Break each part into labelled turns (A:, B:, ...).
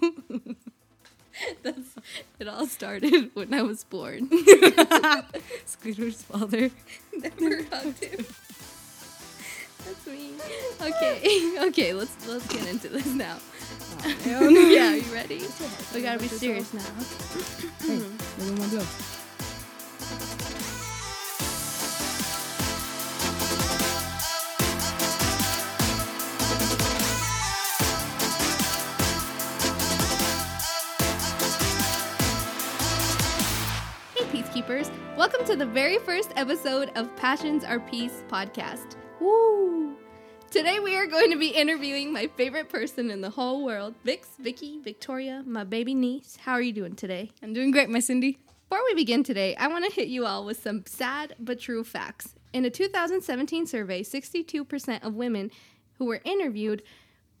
A: It all started when I was born.
B: Squidward's father.
A: Never hugged him. That's me. Okay, okay, let's let's get into this now. Oh, yeah, you ready? We gotta be serious now.
B: Hey, look at my gloves.
A: Hey, Peacekeepers! Welcome to the very first episode of Passions Are Peace podcast. Woo! Today we are going to be interviewing my favorite person in the whole world, Vix, Vicky, Victoria, my baby niece. How are you doing today?
B: I'm doing great, my Cindy.
A: Before we begin today, I want to hit you all with some sad but true facts. In a 2017 survey, 62% of women who were interviewed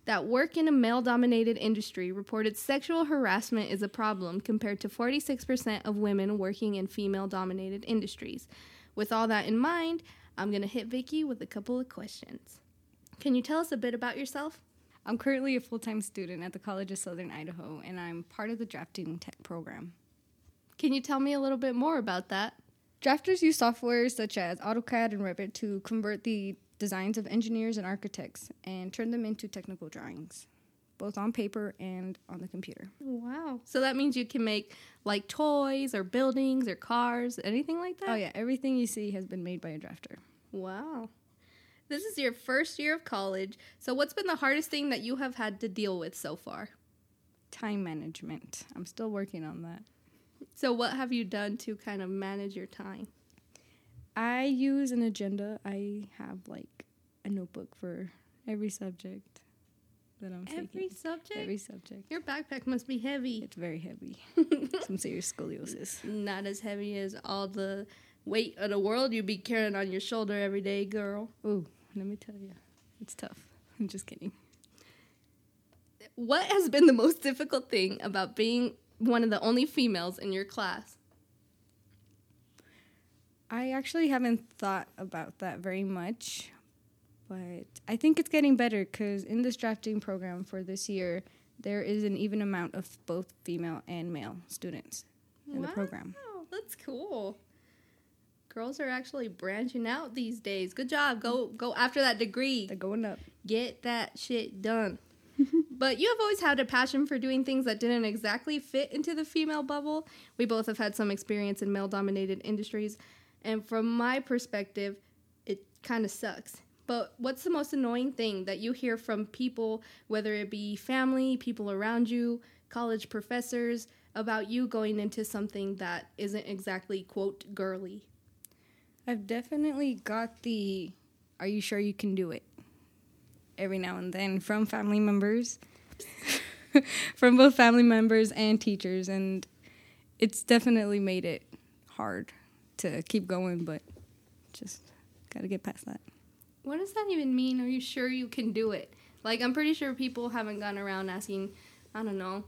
A: that work in a male dominated industry reported sexual harassment is a problem compared to 46% of women working in female dominated industries. With all that in mind, I'm going to hit Vicky with a couple of questions. Can you tell us a bit about yourself?
B: I'm currently a full time student at the College of Southern Idaho, and I'm part of the drafting tech program.
A: Can you tell me a little bit more about that?
B: Drafters use software such as AutoCAD and Revit to convert the designs of engineers and architects and turn them into technical drawings, both on paper and on the computer.
A: Wow. So that means you can make like toys or buildings or cars, anything like that?
B: Oh, yeah, everything you see has been made by a drafter.
A: Wow. This is your first year of college. So, what's been the hardest thing that you have had to deal with so far?
B: Time management. I'm still working on that.
A: So, what have you done to kind of manage your time?
B: I use an agenda. I have like a notebook for every subject that I'm taking.
A: Every subject?
B: Every subject.
A: your backpack must be heavy.
B: It's very heavy. Some serious scoliosis.
A: Not as heavy as all the weight of the world you be carrying on your shoulder every day, girl.
B: Ooh, let me tell you, it's tough. I'm just kidding.
A: What has been the most difficult thing about being one of the only females in your class?
B: I actually haven't thought about that very much, but I think it's getting better because in this drafting program for this year, there is an even amount of both female and male students in the program.
A: Wow, that's cool. Girls are actually branching out these days. Good job. Go go after that degree.
B: They're going up.
A: Get that shit done. but you have always had a passion for doing things that didn't exactly fit into the female bubble. We both have had some experience in male dominated industries, and from my perspective, it kind of sucks. But what's the most annoying thing that you hear from people, whether it be family, people around you, college professors, about you going into something that isn't exactly, quote, girly?
B: I've definitely got the are you sure you can do it every now and then from family members, from both family members and teachers. And it's definitely made it hard to keep going, but just got to get past that.
A: What does that even mean? Are you sure you can do it? Like, I'm pretty sure people haven't gone around asking, I don't know,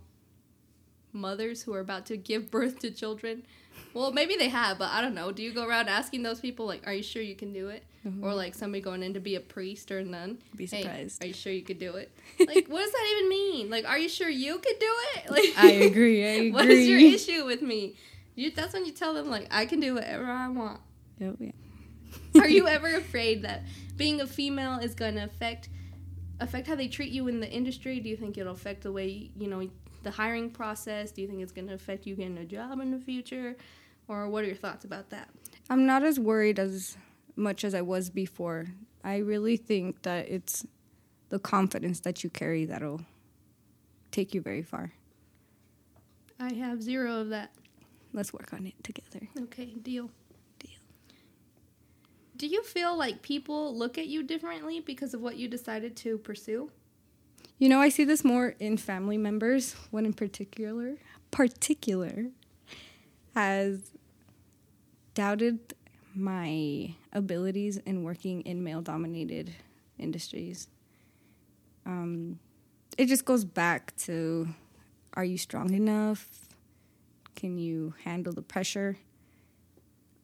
A: mothers who are about to give birth to children. Well, maybe they have, but I don't know. Do you go around asking those people, like, are you sure you can do it? Or like somebody going in to be a priest or a nun?
B: Mm-hmm. Be
A: "Hey,
B: surprised."
A: are you sure you could do it? Like, what does that even mean? Like, are you sure you could do it? Like,
B: I agree. I agree.
A: what is your issue with me? You, that's when you tell them, like, I can do whatever I want.
B: Oh, yeah.
A: Are you ever afraid that being a female is going to affect affect how they treat you in the industry? Do you think it'll affect the way you know the hiring process? Do you think it's going to affect you getting a job in the future? Or what are your thoughts about that?
B: I'm not as worried as much as I was before. I really think that it's the confidence that you carry that'll take you very far.
A: I have zero of that.
B: Let's work on it together.
A: Okay, deal.
B: Deal.
A: Do you feel like people look at you differently because of what you decided to pursue?
B: You know, I see this more in family members. One in particular, particular, has doubted my abilities in working in male-dominated industries. Um, it just goes back to: Are you strong enough? Can you handle the pressure?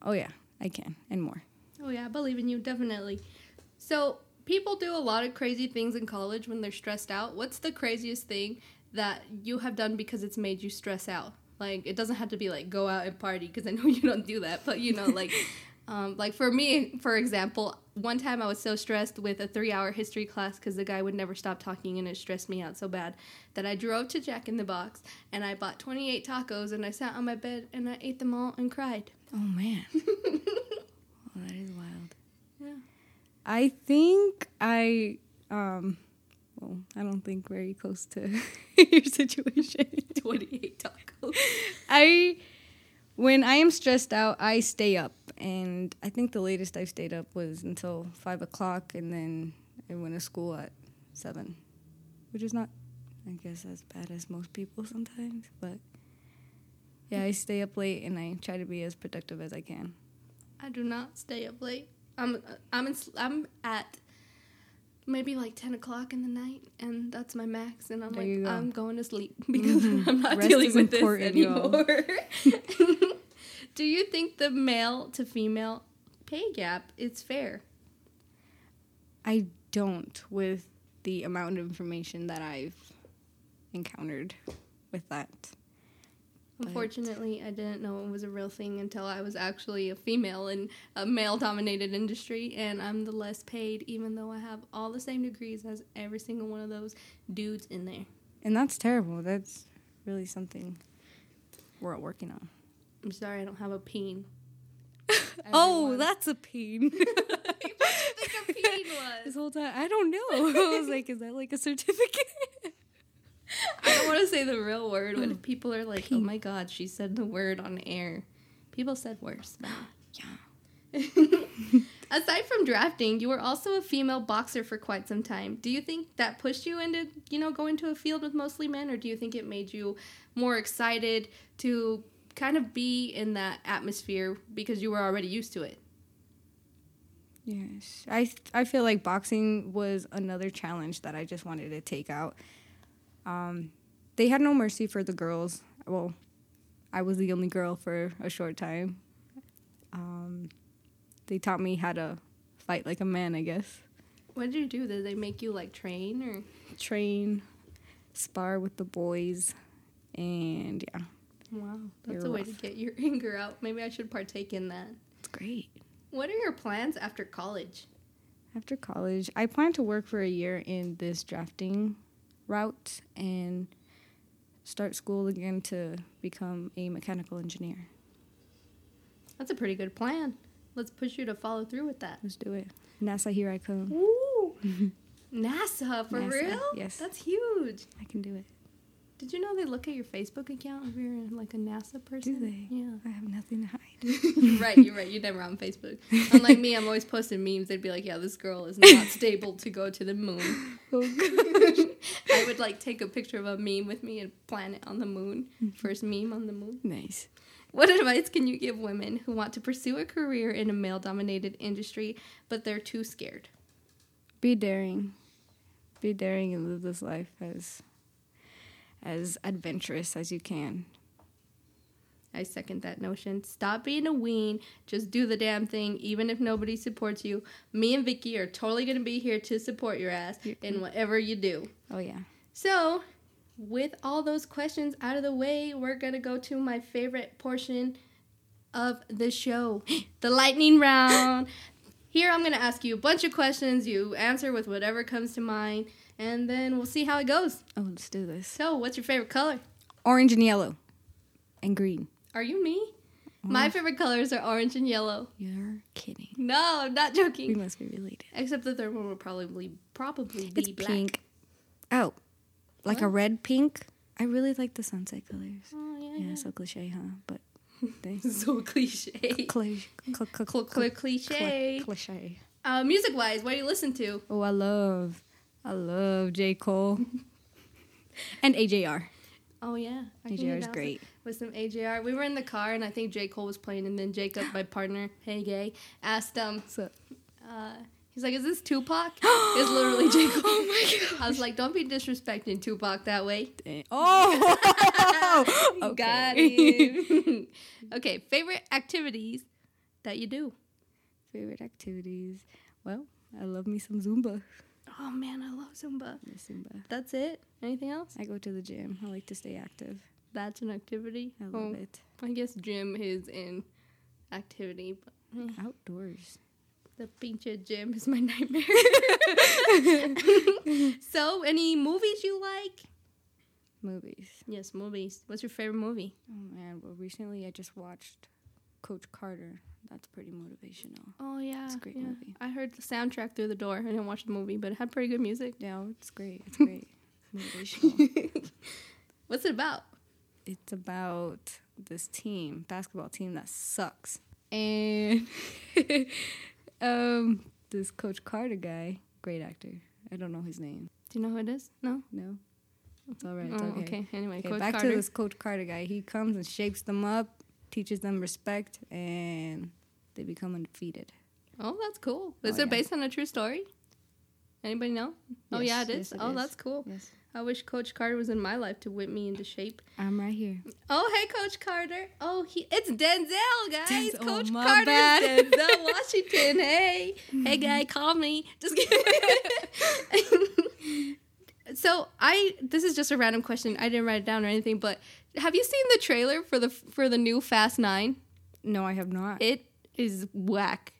B: Oh yeah, I can, and more.
A: Oh yeah, I believe in you definitely. So people do a lot of crazy things in college when they're stressed out. What's the craziest thing that you have done because it's made you stress out? Like it doesn't have to be like go out and party because I know you don't do that, but you know like. Um, like for me, for example, one time I was so stressed with a three-hour history class because the guy would never stop talking and it stressed me out so bad that I drove to Jack in the Box and I bought 28 tacos and I sat on my bed and I ate them all and cried.
B: Oh man. Well, that is wild.
A: Yeah.
B: I think I um well, I don't think very close to your situation.
A: 28 tacos.
B: I when I am stressed out, I stay up and I think the latest I've stayed up was until five o'clock and then I went to school at seven. Which is not I guess as bad as most people sometimes, but yeah, I stay up late and I try to be as productive as I can.
A: I do not stay up late. I'm I'm in, sl- I'm at maybe like 10 o'clock in the night and that's my max and i'm
B: There
A: like
B: you go.
A: i'm going to sleep because
B: Mhm.
A: i'm not
B: Rest
A: dealing
B: is
A: with this
B: important, y'all.
A: anymore do you think the male to female pay gap is fair
B: I don't with the amount of information that I've encountered with that. But-
A: unfortunately i didn't know it was a real thing until i was actually a female in a male dominated industry and i'm the less paid even though i have all the same degrees as every single one of those dudes in there
B: And that's terrible. That's really something we're working on.
A: i'm sorry i don't have a peen
B: Oh,
A: Everyone-
B: that's a pain.
A: what do you think a peen was
B: this whole time, I don't know. I was like, is that like a certificate?
A: I don't want to say the real word, but if people are like, "Oh my god, she said the word on air," people said worse.
B: yeah.
A: Aside from drafting, you were also a female boxer for quite some time. Do you think that pushed you into, you know, going to a field with mostly men, or do you think it made you more excited to kind of be in that atmosphere because you were already used to it?
B: Yes. I, I feel like boxing was another challenge that I just wanted to take out. Um, they had no mercy for the girls. Well, I was the only girl for a short time. Um, they taught me how to fight like a man, I guess.
A: What did you do? Did they make you like train or?
B: Train, spar with the boys, and yeah,
A: Wow, that's
B: You're
A: a way to
B: rough.
A: get your anger out. Maybe I should partake in that.
B: it's great.
A: What are your plans after college?
B: After college, I plan to work for a year in this drafting route and start school again to become a mechanical engineer.
A: That's a pretty good plan. Let's push you to follow through with that.
B: Let's do it. NASA, here I come.
A: Ooh. NASA, for
B: NASA,
A: real?
B: yes.
A: That's huge.
B: I can do it.
A: Did you know they look at your Facebook account if you're like a NASA person?
B: they?
A: Yeah.
B: I have nothing to hide.
A: you're right, you're right. You're never on Facebook. Unlike me, I'm always posting memes. They'd be like, yeah, this girl is not stable to go to the moon.
B: Oh,
A: I would like take a picture of a meme with me and plant it on the moon.
B: Mm-hmm.
A: First meme on the moon.
B: nice.
A: What advice can you give women who want to pursue a career in a male dominated industry, but they're too scared?
B: Be daring. Be daring and live this life as as adventurous as you can.
A: I second that notion. Stop being a ween. Just do the damn thing, even if nobody supports you. Me and Vicky are totally going to be here to support your ass in whatever you do.
B: Oh yeah.
A: So, with all those questions out of the way, we're going to go to my favorite portion of the show the lightning round. Here, I'm going to ask you a bunch of questions. You answer with whatever comes to mind, and then we'll see how it goes.
B: Oh, let's do this.
A: So, what's your favorite color?
B: Orange and yellow. And green.
A: Are you me? My
B: Mm.
A: favorite colors are orange and yellow.
B: You're kidding.
A: No, I'm not
B: We
A: joking.
B: must be related.
A: Except the third one will probably probably be
B: It's
A: black.
B: pink. Oh, like a red pink. I really like the sunset colors.
A: Oh yeah,
B: Yeah,
A: yeah.
B: so cliche, huh? But they
A: So cliche.
B: cliche, cl- cl-
A: Cl-
B: cl-
A: cl-
B: cl-
A: cliche.
B: cliche.
A: Uh, music wise, what do you listen to?
B: Oh, I love, I love J Cole and AJR.
A: Oh yeah, can
B: AJR
A: get
B: is
A: down
B: great.
A: With some AJR, we were in the car and I think J Cole was playing, and then Jacob, my partner, hey gay, asked him.
B: So
A: Uh, he's like, "Is this Tupac?" it's literally J Cole. Oh my god! I was like, "Don't be disrespecting Tupac that way."
B: oh, okay.
A: Got it. okay, favorite activities that you do.
B: Favorite activities. Well, I love me some Zumba.
A: Oh man, I love Zumba.
B: Miss Zumba.
A: That's it. Anything else?
B: I go to the gym. I like to stay active.
A: That's an activity.
B: I love
A: Well,
B: it.
A: I guess gym is an activity, but
B: Outdoors.
A: the pinche gym is my nightmare. so, any movies you like?
B: Movies.
A: Yes, movies. What's your favorite movie?
B: Oh man, well recently I just watched Coach Carter. That's pretty motivational.
A: Oh yeah,
B: It's a great
A: yeah.
B: movie.
A: I heard the soundtrack through the door. I didn't watch the movie, but it had pretty good music.
B: Yeah, it's great. It's great. motivational.
A: What's it about?
B: It's about this team, basketball team that sucks. And um this Coach Carter guy, great actor. I don't know his name.
A: Do you know who it is? No.
B: No? It's all right. It's
A: oh,
B: okay.
A: okay. Anyway,
B: Okay,
A: Coach
B: back
A: Carter.
B: to this Coach Carter guy. He comes and shapes them up, teaches them respect, and they become undefeated.
A: Oh, that's cool. Is
B: Oh,
A: it
B: yeah.
A: based on a true story? Anybody know? oh
B: Yes,
A: yeah, it is.
B: yes, it
A: oh,
B: is.
A: that's cool.
B: Yes.
A: I wish Coach Carter was in my life to whip me into shape.
B: I'm right here.
A: Oh, hey, Coach Carter. Oh, he it's Denzel, guys.
B: Denzel, oh,
A: Coach
B: my
A: Carter
B: bad. Mm-hmm.
A: is Denzel Washington. Hey, hey, guy, call me. Just kidding. so I this is just a random question. I didn't write it down or anything, but have you seen the trailer for the for the new Fast Nine?
B: No, I have not.
A: It is whack.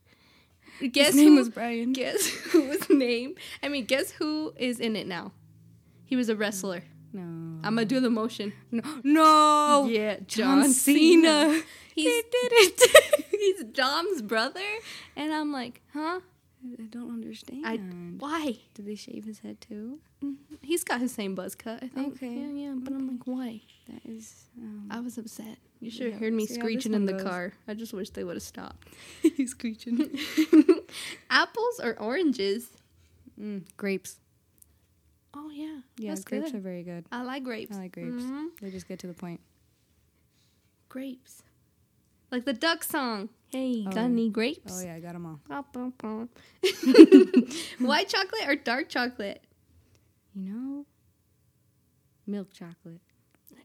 A: Guess
B: His name
A: who-
B: was Brian.
A: guess who was named? I mean, guess who is in it now? He was a wrestler.
B: No.
A: I'm gonna do the motion.
B: No. no.
A: yeah,
B: Oh, John Cena.
A: He's,
B: They did it.
A: he's Dom's brother, and I'm like, huh?
B: I don't understand.
A: I why?
B: Did they shave his head too?
A: He's got his same buzz cut, I think.
B: Okay.
A: Yeah, yeah. But I'm like, why?
B: That is. Um,
A: I was upset. You should have
B: Yeah,
A: heard me
B: see how this
A: screeching in
B: one
A: the
B: goes.
A: car. I just wish they would have stopped.
B: he's screeching.
A: Apples or oranges?
B: Mm, grapes.
A: Oh yeah,
B: Yeah,
A: that's
B: grapes
A: good.
B: are very good.
A: I like grapes.
B: I like grapes.
A: Mhm.
B: They just get to the point.
A: grapes. Like the duck song. Hey,
B: Oh.
A: got any grapes?
B: Oh yeah, I got them all.
A: Bah, bah, bah. White chocolate or dark chocolate?
B: You know, milk chocolate.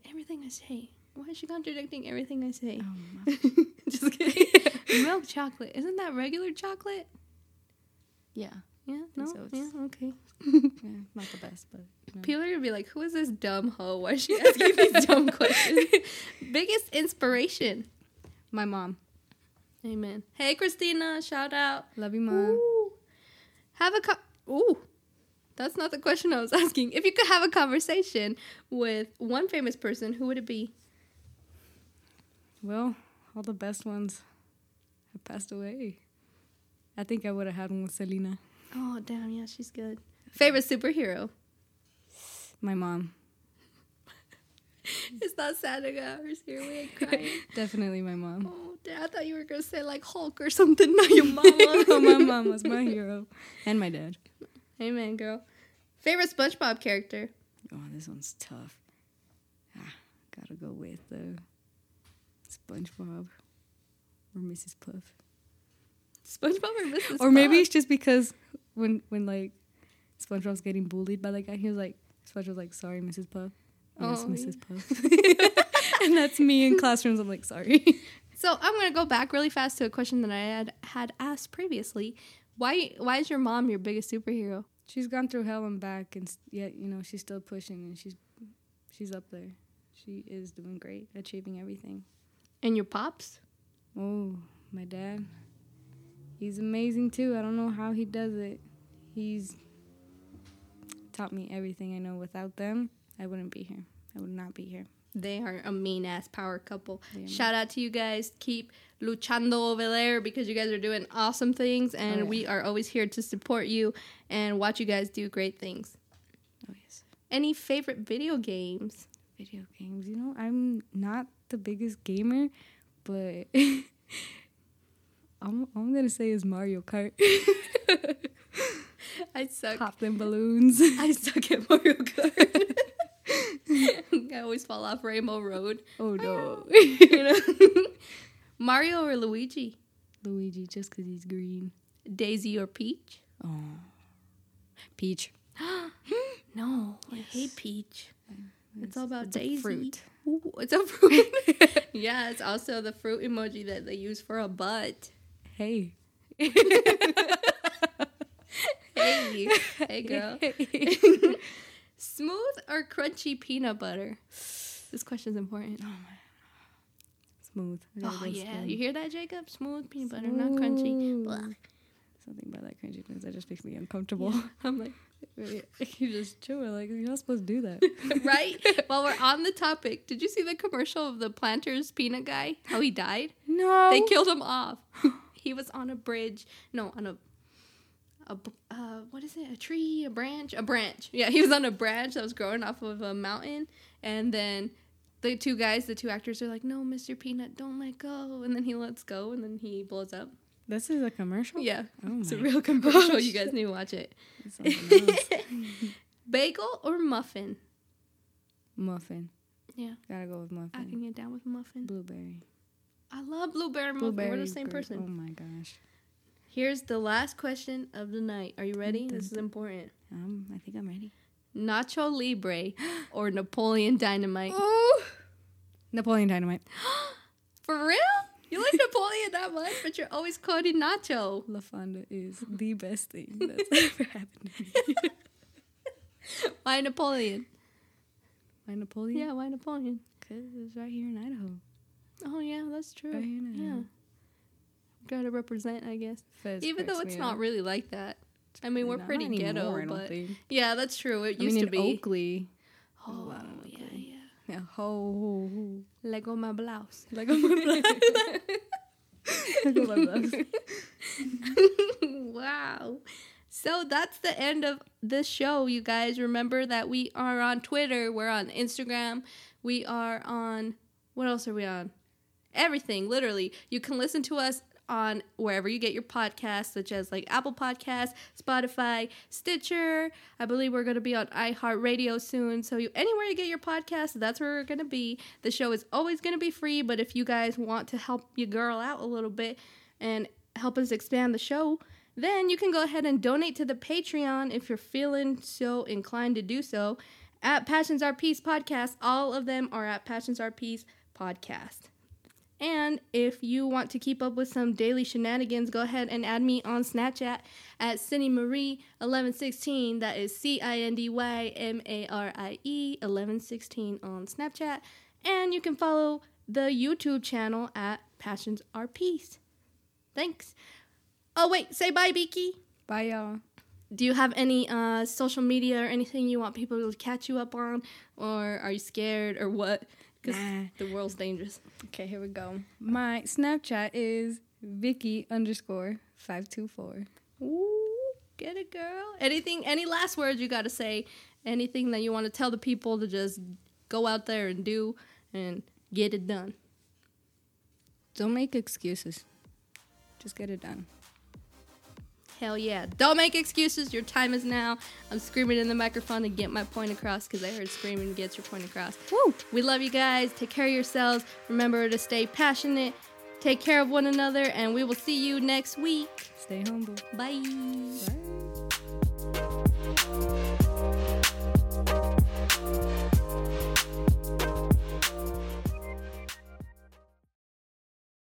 A: Everything I say. Why is she contradicting everything I say?
B: Um,
A: Just kidding. Milk chocolate. Isn't that regular chocolate?
B: yeah.
A: Yeah,
B: I
A: no.
B: think so. It's-
A: yeah, okay.
B: yeah, not the best, but no.
A: People are gonna be like, "Who is this dumb hoe? Why is she asking these dumb questions?" Biggest inspiration.
B: my mom.
A: Amen. Hey, Christina. Shout out.
B: Love you, mom.
A: Ooh. Have a co- ooh. That's not the question I was asking. If you could have a conversation with one famous person, who would it be?
B: Well, all the best ones have passed away. I think I would have had one with Selena.
A: Oh, damn, yeah, she's good. Favorite superhero?
B: My mom.
A: It's not Santa hours here. We ain't crying.
B: Definitely my mom.
A: oh, damn, I thought you were gonna say like Hulk or something. Not your mama.
B: Oh, my mom was my hero. And my dad.
A: Amen, girl. Favorite SpongeBob character?
B: Oh, this one's tough. Ah, gotta go with uh, SpongeBob or Mrs. Puff.
A: SpongeBob or Mrs.
B: Or maybe
A: Fox?
B: it's just because when when like SpongeBob's getting bullied by that guy, he was like SpongeBob's like, sorry, Mrs. Puff. Yes,
A: Oh,
B: Mrs. Puff. and that's me in classrooms. I'm like, sorry.
A: So I'm gonna go back really fast to a question that I had had asked previously. Why why is your mom your biggest superhero?
B: She's gone through hell and back, and s- yet you know she's still pushing, and she's she's up there. She is doing great, achieving everything.
A: And your pops?
B: Oh, my dad, he's amazing too. I don't know how he does it. He's taught me everything I know. Without them, I wouldn't be here. I would not be here.
A: They are a mean ass power couple.
B: They are
A: Shout out to you guys. Keep luchando over there because you guys are doing awesome things and
B: Oh, yeah.
A: we are always here to support you and watch you guys do great things.
B: Oh yes,
A: Any favorite video games?
B: video games. You know, I'm not the biggest gamer, but. I'm, I'm gonna say is Mario Kart.
A: I suck.
B: Pop them balloons.
A: I suck at Mario Kart. I always fall off Rainbow Road.
B: Oh no.
A: You know? Mario or Luigi?
B: Luigi, just because he's green.
A: Daisy or Peach?
B: Oh. Peach.
A: No, I hate Peach. Mm-hmm. It's all about Daisy.
B: fruit.
A: Ooh, it's a fruit. yeah, it's also the fruit emoji that they use for a butt.
B: Hey.
A: Hey, hey girl. Smooth or crunchy peanut butter? This question's important.
B: Smooth. I gotta
A: Oh,
B: go
A: yeah.
B: smooth.
A: You hear that, Jacob? Smooth peanut butter, not crunchy. Blah.
B: Something about that crunchiness that just makes me uncomfortable.
A: I'm like,
B: you just chew it like you're not supposed to do that.
A: right? While we're on the topic, did you see the commercial of the Planters peanut guy? How he died?
B: no.
A: They killed him off. he was on a bridge. No, on a. A, b- uh, what is it? A tree? A branch? A branch. Yeah, he was on a branch that was growing off of a mountain. And then the two guys, the two actors, are like, No, Mr. Peanut, don't let go. And then he lets go and then he blows up.
B: This is a commercial.
A: Yeah.
B: Oh
A: it's a
B: my
A: real commercial. You guys need to watch it.
B: It's something else.
A: Bagel or muffin?
B: muffin.
A: Yeah.
B: Gotta go with muffin.
A: I can get down with muffin.
B: Blueberry.
A: I love blueberry muffin.
B: Blueberry.
A: We're the same
B: grape.
A: person.
B: Oh my gosh.
A: Here's the last question of the night. Are you ready? This is important.
B: Um, I think I'm ready.
A: Nacho Libre or Napoleon Dynamite?
B: Oh. Napoleon Dynamite.
A: For real? You like Napoleon that much, but you're always called it Nacho.
B: La Fonda is the best thing that's ever happened to me.
A: Why Napoleon?
B: My Napoleon.
A: Yeah, why Napoleon?
B: Cause it's right here in Idaho.
A: Oh yeah, that's true.
B: Right here in
A: Yeah.
B: Idaho.
A: Gotta represent, I guess.
B: Fez
A: Even though
B: cracks
A: it's
B: me
A: not
B: up.
A: really like that. I mean, we're
B: Not
A: pretty ghetto,
B: anymore, I don't
A: but
B: think.
A: yeah, that's true. It
B: I
A: used
B: mean,
A: to
B: in
A: be.
B: Oakley.
A: oh,
B: lot of
A: yeah,
B: Oakley.
A: yeah.
B: Yeah. Ho.
A: Lego my blouse.
B: Like on my blouse.
A: wow. So that's the end of the show, you guys. Remember that we are on Twitter, we're on Instagram, we are on what else are we on? Everything, literally. You can listen to us on wherever you get your podcasts, such as like Apple Podcasts, Spotify, Stitcher. I believe we're going to be on iHeartRadio soon. So you anywhere you get your podcast, that's where we're going to be. The show is always going to be free, but if you guys want to help your girl out a little bit and help us expand the show, then you can go ahead and donate to the Patreon if you're feeling so inclined to do so. At Passions Are Peace Podcast, all of them are at Passions Are Peace Podcast. And if you want to keep up with some daily shenanigans, go ahead and add me on Snapchat at Cindy Marie eleven sixteen. That is C I N D Y M A R I E eleven sixteen on Snapchat. And you can follow the YouTube channel at Passions Are Peace. Thanks. Oh wait, say bye, Beaky.
B: Bye, y'all.
A: Do you have any uh, social media or anything you want people to catch you up on, or are you scared or what? Because
B: Nah.
A: the world's dangerous.
B: Okay, here we go. My Snapchat is Vicky underscore five two four.
A: Ooh, get it, girl. Anything, any last words you got to say? Anything that you want to tell the people to just go out there and do and get it done?
B: Don't make excuses. Just get it done.
A: Hell yeah. Don't make excuses. Your time is now. I'm screaming in the microphone to get my point across because I heard screaming gets your point across.
B: Woo!
A: We love you guys. Take care of yourselves. Remember to stay passionate. Take care of one another. And we will see you next week.
B: Stay humble.
A: Bye.
B: Bye.